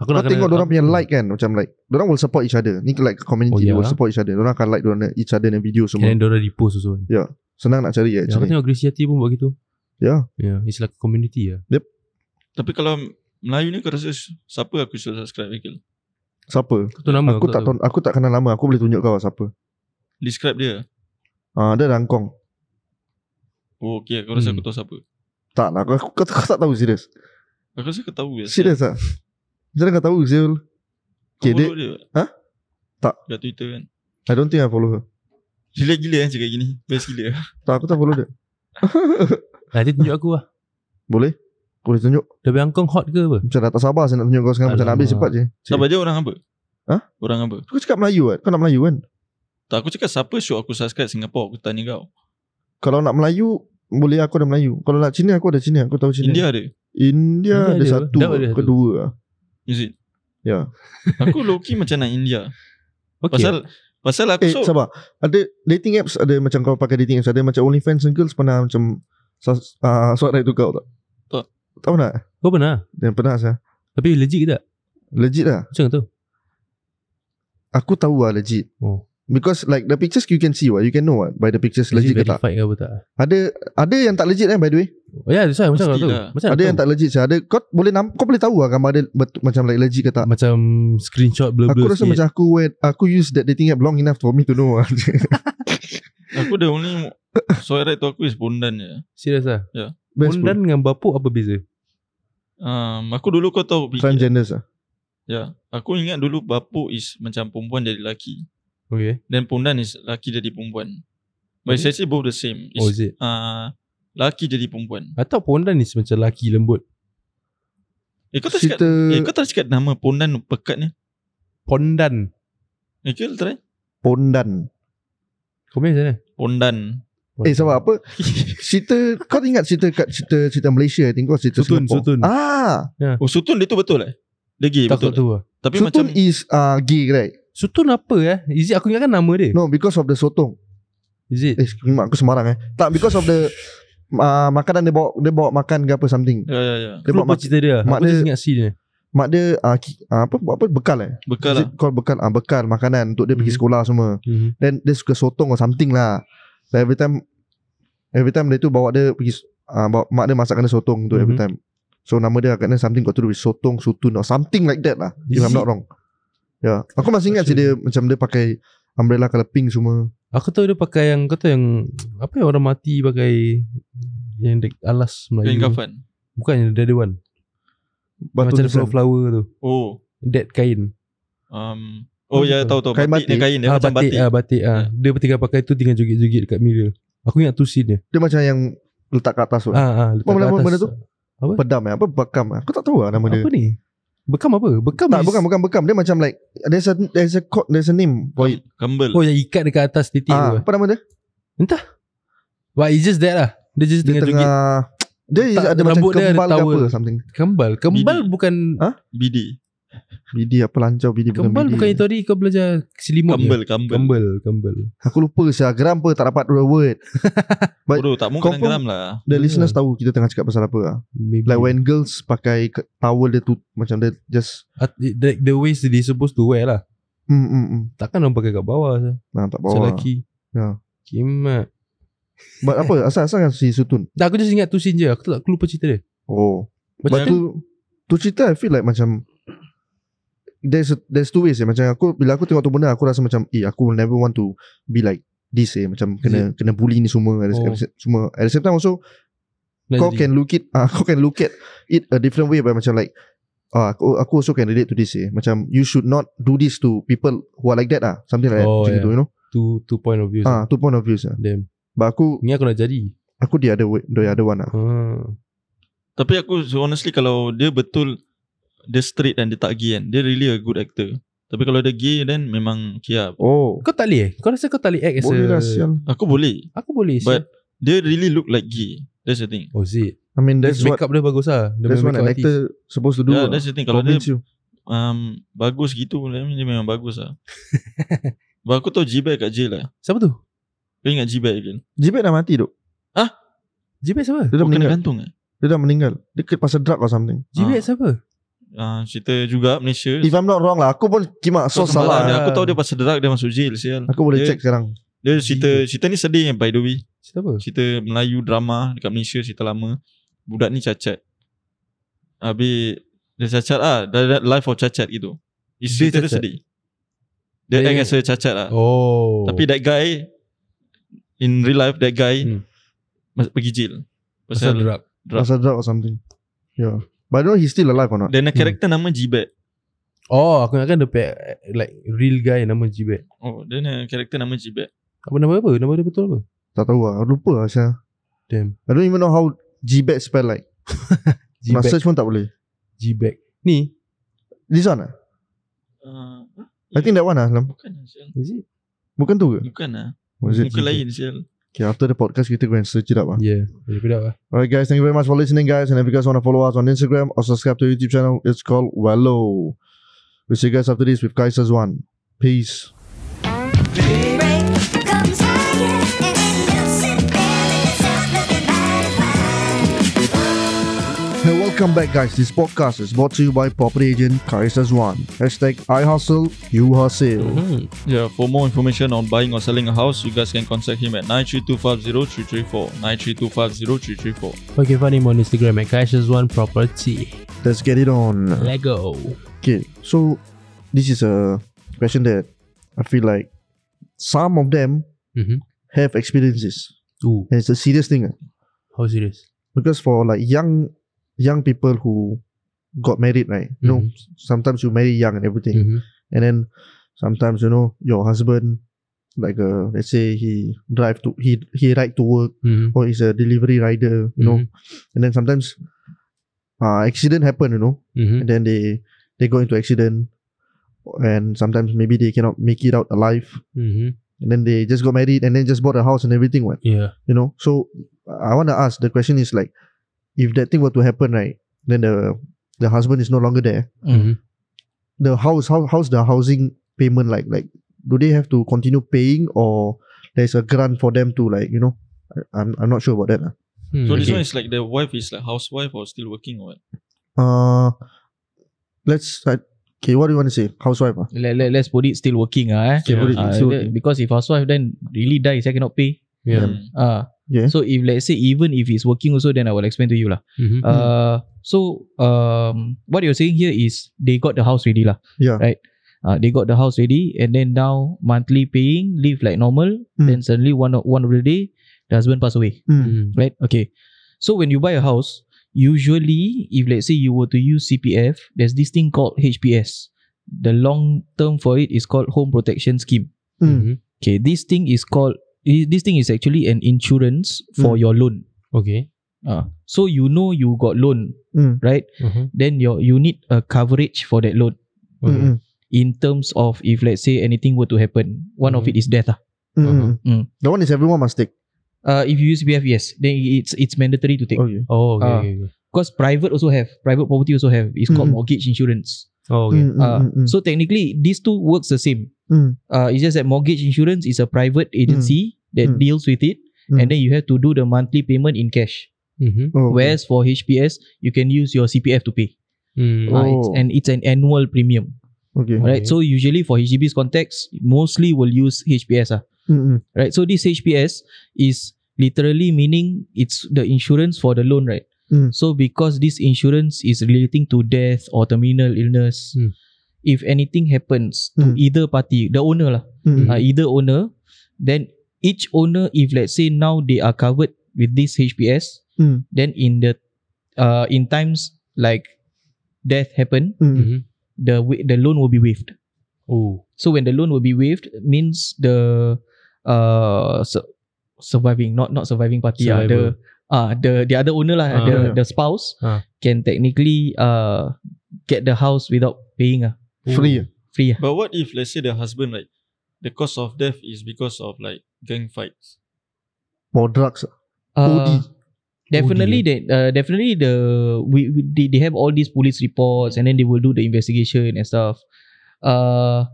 Speaker 3: Aku
Speaker 1: Kau tengok orang punya like kan macam like orang will support each other. Ni like community
Speaker 3: Oh,
Speaker 1: they
Speaker 3: ya.
Speaker 1: will support each other. Orang akan like orang each other dan video
Speaker 3: And then
Speaker 1: semua.
Speaker 3: diorang repost also
Speaker 1: Senang nak cari
Speaker 3: Ya, Aku
Speaker 1: actually.
Speaker 3: tengok Gracie Hati pun buat gitu
Speaker 1: Ya.
Speaker 3: yeah, It's like a community lah
Speaker 2: Tapi kalau Melayu ni kau rasa Siapa aku should subscribe Akil
Speaker 1: Siapa?
Speaker 3: Aku tahu nama
Speaker 1: Aku tak tahu, aku tak kenal nama. Aku boleh tunjuk kau siapa.
Speaker 2: Describe dia
Speaker 1: Ah, dia Rangkong.
Speaker 2: Oh okay aku rasa
Speaker 3: Hmm.
Speaker 2: aku tahu siapa
Speaker 1: Tak lah, aku, aku, aku, aku tak tahu serius.
Speaker 2: Aku rasa kau tahu ya
Speaker 1: Serius ah. Macam mana kau tahu Zul? Okay,
Speaker 2: Kau
Speaker 1: dia,
Speaker 2: follow dia
Speaker 1: Ha? Tak.
Speaker 2: Kat Twitter kan
Speaker 1: I don't think I follow her.
Speaker 2: Relax gila kan cakap gini Best gila
Speaker 1: Tak, aku tak follow dia.
Speaker 3: Nanti tunjuk aku lah
Speaker 1: Boleh? Aku boleh tunjuk.
Speaker 3: Dah Hong Kong hot ke apa
Speaker 1: Macam dah tak sabar saya nak tunjuk kau sekarang. Macam nak habis
Speaker 3: Alamak.
Speaker 1: cepat je.
Speaker 2: Sabar dia orang apa
Speaker 1: Ha?
Speaker 2: Orang apa
Speaker 1: Aku cakap Melayu kan? Kau nak Melayu kan?
Speaker 2: Tak aku cakap siapa should aku subscribe Singapore Aku tanya kau
Speaker 1: Kalau nak Melayu, boleh aku ada Melayu. Kalau nak Cina, aku ada Cina. Aku tahu Cina.
Speaker 2: India ada
Speaker 1: India ada
Speaker 3: India ada.
Speaker 1: satu
Speaker 3: Dah ada satu.
Speaker 1: Kedua lah.
Speaker 2: Is it
Speaker 1: Ya.
Speaker 2: Aku low key macam nak India
Speaker 3: Okay
Speaker 2: Pasal Pasal aku
Speaker 1: Eh
Speaker 2: so,
Speaker 1: sabar Ada dating apps Ada macam kau pakai dating apps Ada macam OnlyFans and girls Pernah macam sus- ah, Suara itu kau tak
Speaker 2: Tak.
Speaker 1: Tahu tak
Speaker 3: Kau pernah
Speaker 1: Dan pernah saya
Speaker 3: Tapi legit ke tak
Speaker 1: Legit lah
Speaker 3: Macam tu
Speaker 1: Aku tahu lah legit
Speaker 3: Oh.
Speaker 1: Because like the pictures you can see what You can know what By the pictures legit, ke tak
Speaker 3: Verified ke apa tak
Speaker 1: Ada ada yang tak legit eh by the way
Speaker 3: Oh ya that's why Macam mana
Speaker 2: Mesti
Speaker 3: tahu
Speaker 2: lah.
Speaker 3: Macam
Speaker 1: Ada yang tak legit saya Ada kau boleh namp- Kau boleh tahu lah gambar dia betul, Macam like legit ke tak
Speaker 3: Macam screenshot
Speaker 1: Aku
Speaker 3: blur-blur
Speaker 1: rasa
Speaker 3: sikit.
Speaker 1: macam aku wear- Aku use that dating app long enough For me to know lah.
Speaker 2: Aku the only Soal right tu aku is bondan je
Speaker 3: Serius lah
Speaker 1: Best
Speaker 3: Bondan
Speaker 1: pun
Speaker 3: dengan bapuk apa beza
Speaker 2: um, Aku dulu kau tahu fikir-
Speaker 1: Transgenders lah
Speaker 2: Ya Aku ingat dulu bapuk is Macam perempuan jadi lelaki
Speaker 3: Okay
Speaker 2: Then pondan is Lelaki jadi perempuan But it's actually both the same
Speaker 3: Oh
Speaker 2: It's
Speaker 3: is it
Speaker 2: uh, Lelaki jadi perempuan
Speaker 3: I thought pondan is macam laki lembut
Speaker 2: Eh kau tak cakap
Speaker 1: Cerita
Speaker 2: Eh kau tak cakap nama pondan pekat ni
Speaker 3: Pondan
Speaker 2: Eh kau try
Speaker 1: Pondan
Speaker 3: Komen macam mana
Speaker 2: Pondan
Speaker 1: Eh sabar apa Cerita Kau ingat cerita kat cerita, cerita Malaysia I think kau cerita
Speaker 3: Sutun,
Speaker 1: Singapore
Speaker 3: Sutun.
Speaker 1: Ah
Speaker 2: Oh sutun dia tu betul eh Dia gay
Speaker 3: Tak
Speaker 2: betul
Speaker 3: tahu lah
Speaker 2: eh? Tapi
Speaker 1: Sutun
Speaker 2: macam
Speaker 1: is uh, gay right
Speaker 3: Sutun apa eh Is it aku ingatkan nama dia
Speaker 1: No because of the sotong
Speaker 3: Is it
Speaker 1: Eh mak aku Semarang eh Tak because of the uh, Makanan dia bawa Dia bawa makan ke apa something
Speaker 2: Ya ya ya
Speaker 1: Dia
Speaker 3: Aku
Speaker 1: bawa
Speaker 3: lupa
Speaker 1: mak,
Speaker 3: cerita dia lah.
Speaker 1: mak dia-
Speaker 3: Aku just ingat scene dia
Speaker 1: mak dia uh, ki, uh, apa, apa bekal eh
Speaker 2: Bekal
Speaker 1: Is
Speaker 2: lah
Speaker 1: it called bekal ah Bekal makanan Untuk dia pergi
Speaker 3: Mhm.
Speaker 1: sekolah semua Then dia suka sotong or something lah so, Every time Every time dia tu bawa dia pergi uh, bawa, Mak dia masakkan dia sotong tu every
Speaker 3: Mhm.
Speaker 1: time So nama dia agaknya something got to do with sotong Sutun or something like that lah If
Speaker 3: Is
Speaker 1: I'm not
Speaker 3: it?
Speaker 1: wrong Ya yeah. Aku masih ingat sih dia Macam dia pakai Umbrella color pink semua
Speaker 3: Aku tahu dia pakai yang Kau tahu yang Apa yang orang mati pakai Yang dek alas
Speaker 2: Kain
Speaker 3: Melayu
Speaker 2: kafan
Speaker 3: Bukan yang the other one
Speaker 1: Batu
Speaker 3: Macam the
Speaker 1: nisan.
Speaker 3: flower tu
Speaker 2: Oh
Speaker 3: Dead kain
Speaker 2: um, Oh ya tahu tahu
Speaker 1: Kain
Speaker 2: Batik dia
Speaker 1: batik.
Speaker 2: kain Dia
Speaker 3: ah,
Speaker 2: macam
Speaker 3: batik,
Speaker 2: batik Ya.
Speaker 3: Ah, batik ah. Dia tinggal pakai tu Tinggal joget-joget dekat mirror Aku ingat tu scene dia
Speaker 1: Dia macam yang Letak kat atas tu
Speaker 3: ah, ah, letak
Speaker 1: Apa
Speaker 3: kat
Speaker 1: nama
Speaker 3: atas.
Speaker 1: benda tu?
Speaker 3: Apa?
Speaker 1: Pedam ya Apa bakam ya Aku tak eh? tahu lah nama dia
Speaker 3: Apa ni? Bekam apa? Bekam
Speaker 1: Tak
Speaker 3: is-
Speaker 1: bukan bukan bekam eh? Dia macam like There's a there's a co- there's a name for it
Speaker 2: Kambal.
Speaker 3: Oh yang ikat dekat atas titik
Speaker 1: ah,
Speaker 3: ah. tu.
Speaker 1: Apa nama dia
Speaker 3: Entah. But it's just that lah. Dia just
Speaker 1: Dia
Speaker 3: dengan
Speaker 1: tengah
Speaker 3: joget.
Speaker 1: Dia is
Speaker 3: Letak
Speaker 1: ada macam
Speaker 3: rambut dia ada
Speaker 1: kembal ke
Speaker 3: towel.
Speaker 1: apa Something
Speaker 3: Kembal. Kembal
Speaker 2: Bini.
Speaker 3: bukan
Speaker 1: Ah,
Speaker 2: BD.
Speaker 1: Bidi apa lancau Bidi
Speaker 3: kembal
Speaker 1: bidi.
Speaker 3: bukan itu hari kau belajar selimut.
Speaker 2: Kambal, kambal.
Speaker 3: Kembal, kembal.
Speaker 1: Aku lupa saya geram apa tak dapat dua word. But
Speaker 2: Bodoh, tak mungkin
Speaker 1: confirm-
Speaker 2: geram lah.
Speaker 1: The
Speaker 3: Yeah.
Speaker 1: listeners tahu kita tengah cakap pasal apa. lah.
Speaker 3: Maybe.
Speaker 1: Like when girls pakai ke- towel dia tu macam dia just
Speaker 3: At- the, the ways they supposed to wear lah.
Speaker 1: mm, mm, mm.
Speaker 3: Takkan orang pakai kat bawah sah.
Speaker 1: Nah, tak bawa.
Speaker 3: Macam
Speaker 1: lah.
Speaker 3: lelaki.
Speaker 1: Ya.
Speaker 3: Kimak.
Speaker 1: But apa asal asal kan si Sutun?
Speaker 3: Tak aku just ingat tu scene je. Aku tak lupa cerita dia.
Speaker 1: Oh.
Speaker 3: Macam
Speaker 1: But
Speaker 3: tu
Speaker 1: tu tu cerita I feel like macam there's a, there's two ways eh. macam aku bila aku tengok tu benda aku rasa macam eh aku will never want to be like this eh macam kena kena bully ni semua at the-
Speaker 3: Oh.
Speaker 1: at the- semua at the same time also
Speaker 3: nak
Speaker 1: kau
Speaker 3: jadi.
Speaker 1: can look it uh, kau can look at it a different way by macam like ah aku aku also can relate to this eh. macam you should not do this to people who are like that ah something like
Speaker 3: Oh,
Speaker 1: that macam
Speaker 3: yeah.
Speaker 1: tu, you know
Speaker 3: two two point of view.
Speaker 1: ah two point of views ah
Speaker 3: Damn.
Speaker 1: but aku
Speaker 3: Ni aku nak jadi.
Speaker 1: aku the other way the other one ah
Speaker 3: Ha.
Speaker 2: Tapi aku so honestly kalau dia betul dia straight dan dia tak gay kan, dia really a good actor. Tapi kalau dia gay then memang okay lah.
Speaker 1: oh
Speaker 3: Kau tak boleh eh? Kau rasa kau tak boleh act as
Speaker 1: boleh
Speaker 3: a...
Speaker 1: lah sial
Speaker 2: Aku boleh.
Speaker 3: Aku boleh sial.
Speaker 2: But dia really look like gay. That's the thing.
Speaker 3: Oh is it?
Speaker 1: I mean
Speaker 3: That's
Speaker 1: that's what
Speaker 3: makeup dia bagus lah. Dia
Speaker 1: that's
Speaker 3: punya
Speaker 1: what an
Speaker 3: makeup artist.
Speaker 1: actor supposed to do ah.
Speaker 2: Yeah,
Speaker 1: yeah,
Speaker 2: that's the thing. Kalau dia
Speaker 1: you
Speaker 2: um, bagus gitu, I mean, dia memang bagus lah. But aku tahu G-Bag kat jail lah.
Speaker 3: Siapa tu?
Speaker 2: Kau ingat G-Bag kan?
Speaker 1: Jibet dah mati tu
Speaker 3: JBS siapa?
Speaker 1: dia dah
Speaker 2: Kau kena
Speaker 1: meninggal
Speaker 2: gantung eh?
Speaker 1: dia dah meninggal dia ke- pasal drug or something
Speaker 3: JBS siapa?
Speaker 2: Uh, cerita juga Malaysia.
Speaker 1: if I'm not wrong lah aku pun kimak so
Speaker 2: Kau sembarang
Speaker 1: salah
Speaker 2: dia.
Speaker 1: ah.
Speaker 2: Aku tahu dia pasal drug dia masuk jail sial.
Speaker 1: aku boleh
Speaker 2: Dia-
Speaker 1: check sekarang
Speaker 2: Dia cerita cerita ni sedih by the way.
Speaker 3: Cerita apa?
Speaker 2: Cerita Melayu drama dekat Malaysia cerita lama. Budak ni cacat. Habis dia cacat ah, dia, dia life of cacat gitu. It's
Speaker 3: Dia
Speaker 2: cerita dia
Speaker 3: cacat?
Speaker 2: sedih. Dia
Speaker 3: Dia-
Speaker 2: act as a cacat lah.
Speaker 3: Oh.
Speaker 2: Tapi that guy in real life that guy
Speaker 3: Hmm.
Speaker 2: mas- pergi jail.
Speaker 3: pasal
Speaker 2: Pasal
Speaker 3: drug.
Speaker 2: Drug.
Speaker 1: pasal drug or something yeah but I don't know he's still alive or not
Speaker 2: dan karakter nama Jibet.
Speaker 3: Oh, aku ingatkan dia pack, like real guy nama JBS.
Speaker 2: Oh, dia nak karakter nama Jibet.
Speaker 3: Apa nama dia apa? Nama dia betul apa?
Speaker 1: tak tahu lah lupa lah sial
Speaker 3: Damn.
Speaker 1: I don't even know how G-Bag spell like Nak
Speaker 3: JBS.
Speaker 1: search pun tak boleh
Speaker 3: JBS. Ni,
Speaker 1: This one lah
Speaker 2: Uh,
Speaker 1: I think that one lah Lam.
Speaker 2: bukan sial.
Speaker 3: is it?
Speaker 1: Bukan tu ke
Speaker 2: Bukan lah.
Speaker 1: Or is it
Speaker 2: Muka
Speaker 1: G-Bag?
Speaker 2: lain sial.
Speaker 1: Okay after the podcast Kita go and search it up lah
Speaker 3: Yeah. Boleh pedap lah.
Speaker 1: Alright guys Thank you very much for listening guys And if you guys want to follow us on Instagram Or subscribe to our YouTube channel It's called Wello We'll see you guys after this With Kaisers One Peace
Speaker 7: Daybreak comes higher and melts it down in the south looking mighty fine.
Speaker 1: Hey, welcome back, guys. This podcast is brought to you by property agent Kaisers One. Hashtag I hustle, you hustle.
Speaker 2: Yeah, for more information on buying or selling a house, you guys can contact him at 93250-334. 93250-334.
Speaker 3: You can find him on Instagram at Kaisha's One Property.
Speaker 1: Let's get it on.
Speaker 3: Lego.
Speaker 1: Okay, so this is a question that I feel like some of them
Speaker 3: Mm-hmm.
Speaker 1: have experiences,
Speaker 3: Ooh,
Speaker 1: and it's a serious thing. ah.
Speaker 3: how serious?
Speaker 1: Because for like young, young people who got married, right? You know, sometimes you marry young and everything,
Speaker 3: Mm-hmm.
Speaker 1: and then sometimes you know your husband, like uh, let's say he drive to he he ride to work
Speaker 3: Mm-hmm.
Speaker 1: or he's a delivery rider, you know, and then sometimes uh, accident happen, you know,
Speaker 3: Mm-hmm.
Speaker 1: and then they they go into accident and sometimes maybe they cannot make it out alive
Speaker 3: Mm-hmm.
Speaker 1: and then they just got married and then just bought a house and everything what
Speaker 3: Yeah.
Speaker 1: you know so i want to ask the question is like if that thing were to happen right then the the husband is no longer there
Speaker 2: Mm.
Speaker 3: Mm-hmm.
Speaker 1: the house how, how's the housing payment like like do they have to continue paying or there's a grant for them to like you know I- i'm, I'm not sure about that lah.
Speaker 2: So this one is like the wife is like housewife or still working or what?
Speaker 1: uh let's start. okay what do you want to say housewife ah?
Speaker 8: Let, let, let's put it still working ah eh.
Speaker 1: Okay, put it
Speaker 2: Mm.
Speaker 8: Ah,
Speaker 1: still
Speaker 8: the-
Speaker 1: working.
Speaker 8: because if housewife then really dies, I cannot pay.
Speaker 3: Yeah.
Speaker 2: Hmm.
Speaker 8: Ah,
Speaker 1: yeah
Speaker 8: so if let's say even if it's working also, then I will explain to you lah.
Speaker 3: Mm-hmm.
Speaker 8: Uh, so um, what you're saying here is they got the house ready lah.
Speaker 1: Yeah.
Speaker 8: Right. Uh, they got the house ready, and then now monthly paying, live like normal.
Speaker 1: Mm.
Speaker 8: Then suddenly one of- one of the day, the husband pass away.
Speaker 1: Mm.
Speaker 3: mm-hmm.
Speaker 8: Right. Okay. So when you buy a house, usually if let's say you were to use CPF, there's this thing called HPS. The long term for it is called Home Protection Scheme.
Speaker 1: Mm.
Speaker 3: Mm-hmm.
Speaker 8: Okay, this thing is called i- this thing is actually an insurance for your loan.
Speaker 3: Okay.
Speaker 8: Ah, so you know you got loan,
Speaker 1: Mm.
Speaker 8: right?
Speaker 3: Mhm.
Speaker 8: Then your you need a coverage for that loan
Speaker 3: Okay.
Speaker 1: Mm-mm.
Speaker 8: in terms of if let's say anything were to happen, one of
Speaker 3: Mhm.
Speaker 8: it is death. ah.
Speaker 1: Mm-mm.
Speaker 8: Mm.
Speaker 1: The one is everyone must take.
Speaker 8: Uh, if you use CPF, yes, then it's it's mandatory to take.
Speaker 1: Okay.
Speaker 3: Oh, okay,
Speaker 8: Ah.
Speaker 3: okay, okay.
Speaker 8: Because private also have private property also have. It's called
Speaker 1: Mm.
Speaker 8: mortgage insurance.
Speaker 3: Oh, okay.
Speaker 1: Mm, mm,
Speaker 8: Uh,
Speaker 1: mm, mm.
Speaker 8: So technically, these two works the same.
Speaker 1: Mm.
Speaker 8: Uh, it's just that mortgage insurance is a private agency that
Speaker 1: Mm.
Speaker 8: deals with it,
Speaker 1: Mm.
Speaker 8: and then you have to do the monthly payment in cash.
Speaker 3: Mhm.
Speaker 1: Oh, okay.
Speaker 8: Whereas for HPS, you can use your CPF to pay,
Speaker 3: Mm.
Speaker 8: Uh, it's,
Speaker 1: Oh.
Speaker 8: and it's an annual premium,
Speaker 1: okay.
Speaker 8: right?
Speaker 3: Okay.
Speaker 8: So usually for HDB's context, mostly will use HPS, ah,
Speaker 1: Mm-mm.
Speaker 8: right? So this HPS is literally meaning it's the insurance for the loan, right?
Speaker 1: Mm.
Speaker 8: So because this insurance is relating to death or terminal illness,
Speaker 3: Mm.
Speaker 8: if anything happens to
Speaker 3: Hmm.
Speaker 1: Mm.
Speaker 8: either party, the owner lah,
Speaker 1: Mm-mm.
Speaker 8: uh, either owner, then each owner, if let's say now they are covered with this HPS,
Speaker 3: Hmm.
Speaker 1: Mm.
Speaker 8: then in the uh, in times like death happen,
Speaker 1: Mm-mm.
Speaker 3: Mhm.
Speaker 8: the wa- the loan will be waived.
Speaker 3: Oh.
Speaker 8: So when the loan will be waived, means the uh su- surviving, not not surviving party, ah,
Speaker 3: Survivor.
Speaker 8: the ah the the other owner lah,
Speaker 3: Ah,
Speaker 8: the
Speaker 1: yeah.
Speaker 8: the spouse
Speaker 3: Ah.
Speaker 8: can technically uh get the house without paying ah
Speaker 1: Free. ah?
Speaker 8: free ah.
Speaker 2: But what if let's say the husband like the cause of death is because of like gang fights?
Speaker 1: Or drugs. ah? OD.
Speaker 8: Uh, Definitely, that uh, definitely the we, we they, they have all these police reports and then they will do the investigation and stuff. Uh,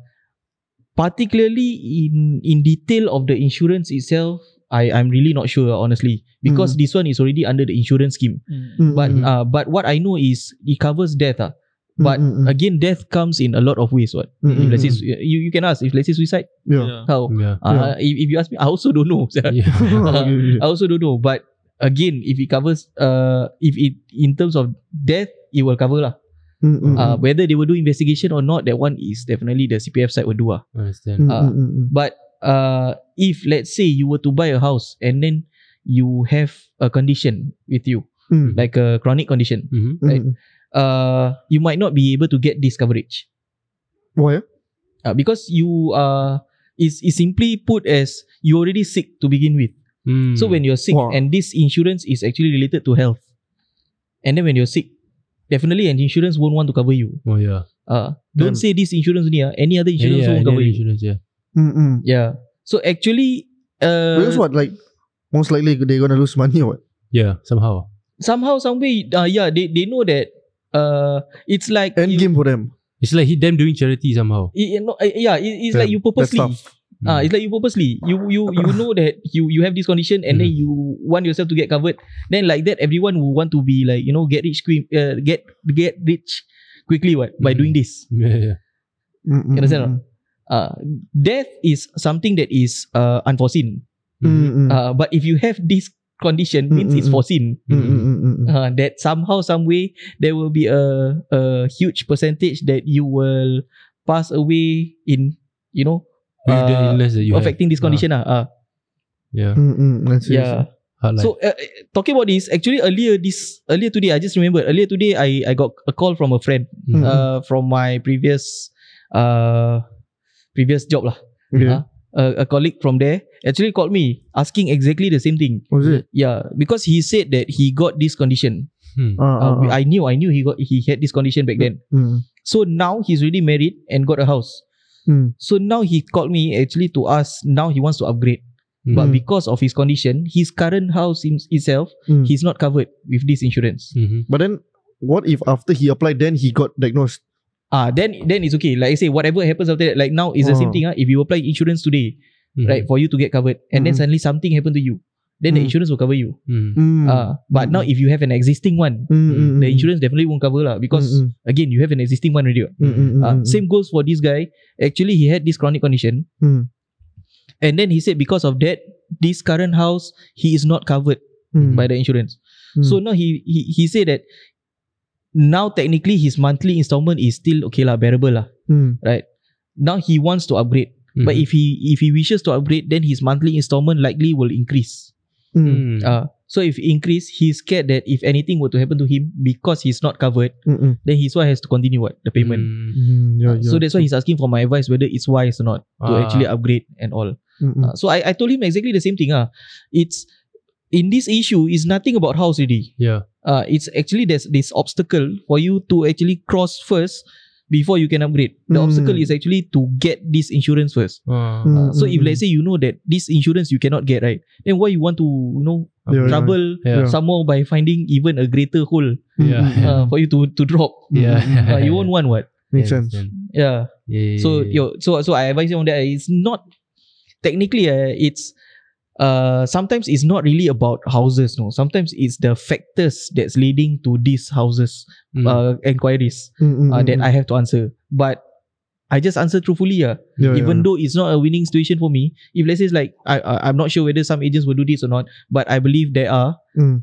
Speaker 8: particularly in in detail of the insurance itself, I I'm really not sure honestly because this one is already under the insurance scheme.
Speaker 1: Mm-mm.
Speaker 8: But uh, but what I know is it covers death. Ah, but
Speaker 1: Mm-mm.
Speaker 8: again, death comes in a lot of ways. What if
Speaker 1: Mm-mm.
Speaker 8: let's say, you you can ask if let's say suicide
Speaker 1: Yeah.
Speaker 8: how.
Speaker 3: Hmm. Yeah.
Speaker 8: Uh, if, if you ask me, I also don't know.
Speaker 3: yeah.
Speaker 8: Mm.
Speaker 1: Okay, okay.
Speaker 8: I also don't know. But again, if it covers, uh, if it in terms of death, it will cover lah.
Speaker 1: Mm-mm.
Speaker 8: Uh, whether they will do investigation or not, that one is definitely the CPF side will do ah.
Speaker 3: Understand.
Speaker 1: Mm-mm.
Speaker 8: uh,
Speaker 1: Mm-mm.
Speaker 8: But uh, if let's say you were to buy a house and then you have a condition with you,
Speaker 1: Mm.
Speaker 8: like a chronic condition,
Speaker 3: Mhm.
Speaker 8: right.
Speaker 1: Mm-mm.
Speaker 8: uh, you might not be able to get this coverage
Speaker 1: Why? ah?
Speaker 8: uh, because you are. Is, is simply put as you already sick to begin with.
Speaker 3: Mm.
Speaker 8: So when you're sick,
Speaker 1: Wow.
Speaker 8: and this insurance is actually related to health, and then when you're sick, definitely an insurance won't want to cover you.
Speaker 3: Oh yeah.
Speaker 8: Uh,
Speaker 1: Damn.
Speaker 8: don't say this insurance only. Uh, any other insurance
Speaker 3: yeah, yeah,
Speaker 8: won't
Speaker 3: any
Speaker 8: cover
Speaker 3: other
Speaker 8: you.
Speaker 3: Insurance, yeah.
Speaker 1: Mm-mm.
Speaker 8: Yeah. So actually,
Speaker 1: Because
Speaker 8: uh,
Speaker 1: what like most likely they're gonna lose money or what?
Speaker 3: Yeah. Somehow.
Speaker 8: somehow, some way, uh, yeah, they they know that. Uh, it's like
Speaker 1: End
Speaker 8: you,
Speaker 1: game for them.
Speaker 3: It's like he them doing charity somehow. Mm.
Speaker 8: it- it- no, uh, yeah, it- it's
Speaker 1: Yeah,
Speaker 8: like you
Speaker 1: That's
Speaker 8: purposely.
Speaker 1: tough.
Speaker 8: Ah,
Speaker 3: Hmm.
Speaker 8: it's like you purposely. You you you know that you you have this condition and
Speaker 3: Hmm.
Speaker 8: then you want yourself to get covered. Then like that, everyone will want to be like you know get rich quick, uh, get get rich quickly. What by
Speaker 3: Mm.
Speaker 8: doing this?
Speaker 3: yeah, yeah.
Speaker 1: Mm-mm.
Speaker 8: You understand?
Speaker 3: Hmm.
Speaker 8: or not? Uh, death is something that is uh, unforeseen.
Speaker 3: Mhm.
Speaker 1: Mm-mm.
Speaker 8: Uh, but if you have this
Speaker 3: Hmm,
Speaker 8: condition, means it's
Speaker 1: Mm-mm-mm.
Speaker 8: foreseen.
Speaker 1: Mm-hmm.
Speaker 3: Mhm.
Speaker 1: Mm-mm.
Speaker 8: Uh, that somehow, some way, there will be a a huge percentage that you will pass away in you know
Speaker 3: With the
Speaker 8: uh,
Speaker 3: illness that you have.
Speaker 8: affecting this condition. Ah, ah,
Speaker 3: Yeah.
Speaker 1: Mm-mm. Mm, That's it.
Speaker 8: yeah.
Speaker 3: Hard life.
Speaker 8: So uh, uh, talking about this, actually earlier this earlier today, I just remembered earlier today I I got a call from a friend
Speaker 3: Mhm.
Speaker 8: uh, from my previous uh previous job lah.
Speaker 1: Okay.
Speaker 8: Ah, A, a colleague from there actually called me asking exactly the same thing.
Speaker 1: Was it?
Speaker 8: Yeah, because he said that he got this condition.
Speaker 3: Hmm.
Speaker 1: Ah, ah,
Speaker 8: Uh,
Speaker 1: ah.
Speaker 8: I knew I knew he got he had this condition back then.
Speaker 1: Mm.
Speaker 8: So now he's already married and got a house.
Speaker 1: Mm.
Speaker 8: So now he called me actually to ask now he wants to upgrade. But
Speaker 1: Mm.
Speaker 8: because of his condition, his current house him- itself
Speaker 1: Mm.
Speaker 8: he's not covered with this insurance.
Speaker 3: Mhm.
Speaker 1: But then, what if after he applied, then he got diagnosed?
Speaker 8: Ah, then then it's okay. Like I say, whatever happens after that, like now it's the same
Speaker 1: Oh.
Speaker 8: thing. Ah, if you apply insurance today,
Speaker 3: Mhm.
Speaker 8: right, for you to get covered, and then
Speaker 1: Mhm.
Speaker 8: suddenly something happened to you, then the
Speaker 1: Mm.
Speaker 8: insurance will cover you.
Speaker 3: Mhm.
Speaker 1: Mm.
Speaker 8: Ah, but now if you have an existing one,
Speaker 1: Mm, mm,
Speaker 8: the
Speaker 1: mm.
Speaker 8: insurance definitely won't cover lah because
Speaker 1: Mm,
Speaker 8: again you have an existing one already. what.
Speaker 1: mm, mm, mm,
Speaker 8: Ah,
Speaker 1: mm,
Speaker 8: same goes for this guy. Actually, he had this chronic condition,
Speaker 1: Mm.
Speaker 8: and then he said because of that, this current house he is not covered
Speaker 1: mm,
Speaker 8: by the insurance.
Speaker 1: mm.
Speaker 8: So now he he he said that now technically his monthly installment is still okay lah bearable lah.
Speaker 1: Mm.
Speaker 8: Now he wants to upgrade,
Speaker 1: Mm-hmm.
Speaker 3: Mhm.
Speaker 8: but if he if he wishes to upgrade, then his monthly installment likely will increase.
Speaker 1: Mm.
Speaker 3: Mm.
Speaker 8: Uh, so if increase, he's scared that if anything were to happen to him because he's not covered,
Speaker 1: Mm, mm,
Speaker 8: then his wife has to continue what the payment.
Speaker 3: Mm.
Speaker 1: mm, yeah, yeah.
Speaker 8: Uh, So that's why he's asking for my advice whether it's wise or not to
Speaker 3: Ah.
Speaker 8: actually upgrade and all.
Speaker 1: Mm, mm,
Speaker 8: Uh, so I, I told him exactly the same thing. Ah, It's in this issue is nothing about house really.
Speaker 3: Yeah.
Speaker 8: Uh, it's actually there's this obstacle for you to actually cross first before you can upgrade. The
Speaker 1: Hmm.
Speaker 8: obstacle is actually to get this insurance first.
Speaker 1: mm,
Speaker 3: Uh,
Speaker 8: Uh, so if let's say you know that this insurance you cannot get right, then why you want to you know
Speaker 1: Yeah, yeah. Mm,
Speaker 8: trouble
Speaker 3: Yeah.
Speaker 8: someone by finding even a greater hole
Speaker 3: Yeah.
Speaker 8: uh, for you to to drop?
Speaker 3: Yeah.
Speaker 8: Uh, you won't want what?
Speaker 1: Makes sense.
Speaker 8: Yeah.
Speaker 3: Yeah.
Speaker 8: So yo, so so I advise you on that. It's not technically uh, it's uh sometimes it's not really about houses. No, sometimes it's the factors that's leading to these houses
Speaker 3: Mm.
Speaker 8: uh inquiries
Speaker 1: Mm, mm,
Speaker 8: uh,
Speaker 1: mm,
Speaker 8: that
Speaker 1: mm.
Speaker 8: I have to answer. But I just answer truthfully. Uh,
Speaker 1: yeah,
Speaker 8: even
Speaker 1: yeah.
Speaker 8: though it's not a winning situation for me, if let's say it's like I, I I'm not sure whether some agents will do this or not, but I believe there are.
Speaker 1: Mm.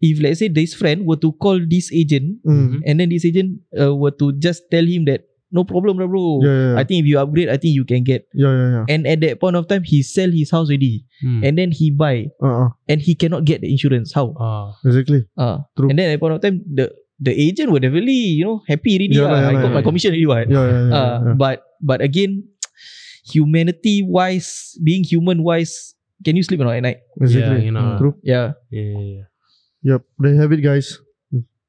Speaker 8: If let's say this friend were to call this agent
Speaker 1: Mm.
Speaker 8: and then this agent uh, were to just tell him that no problem, lah, bro.
Speaker 1: Yeah, yeah,
Speaker 8: I think if you upgrade, I think you can get.
Speaker 1: yeah, yeah, yeah.
Speaker 8: And at that point of time, he sell his house already,
Speaker 3: Mm.
Speaker 8: and then he buy,
Speaker 1: Uh, uh,
Speaker 8: and he cannot get the insurance. How?
Speaker 3: Ah.
Speaker 1: exactly.
Speaker 8: Uh,
Speaker 1: True.
Speaker 8: And then at that point of time, the the agent would definitely you know happy already.
Speaker 1: Yeah
Speaker 8: lah.
Speaker 1: lah, yeah
Speaker 8: I
Speaker 1: lah,
Speaker 8: got
Speaker 1: yeah
Speaker 8: my
Speaker 1: lah.
Speaker 8: commission already. What?
Speaker 1: Yeah, yeah, yeah.
Speaker 8: uh,
Speaker 1: yeah.
Speaker 8: But but again, humanity wise, being human wise, can you sleep or not at night?
Speaker 1: Exactly.
Speaker 3: Yeah, you know.
Speaker 1: True.
Speaker 8: Yeah.
Speaker 3: Yeah.
Speaker 1: Yep. There you have it, guys.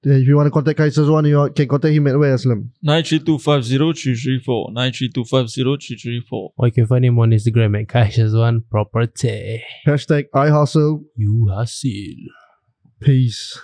Speaker 1: Yeah, If you want to contact Kaiser Zwan, you can contact him at where Aslam.
Speaker 2: 93250334 93250334
Speaker 3: Or you can find him on Instagram at Cash as One Property.
Speaker 1: Hashtag I hustle.
Speaker 3: You hustle.
Speaker 1: Peace.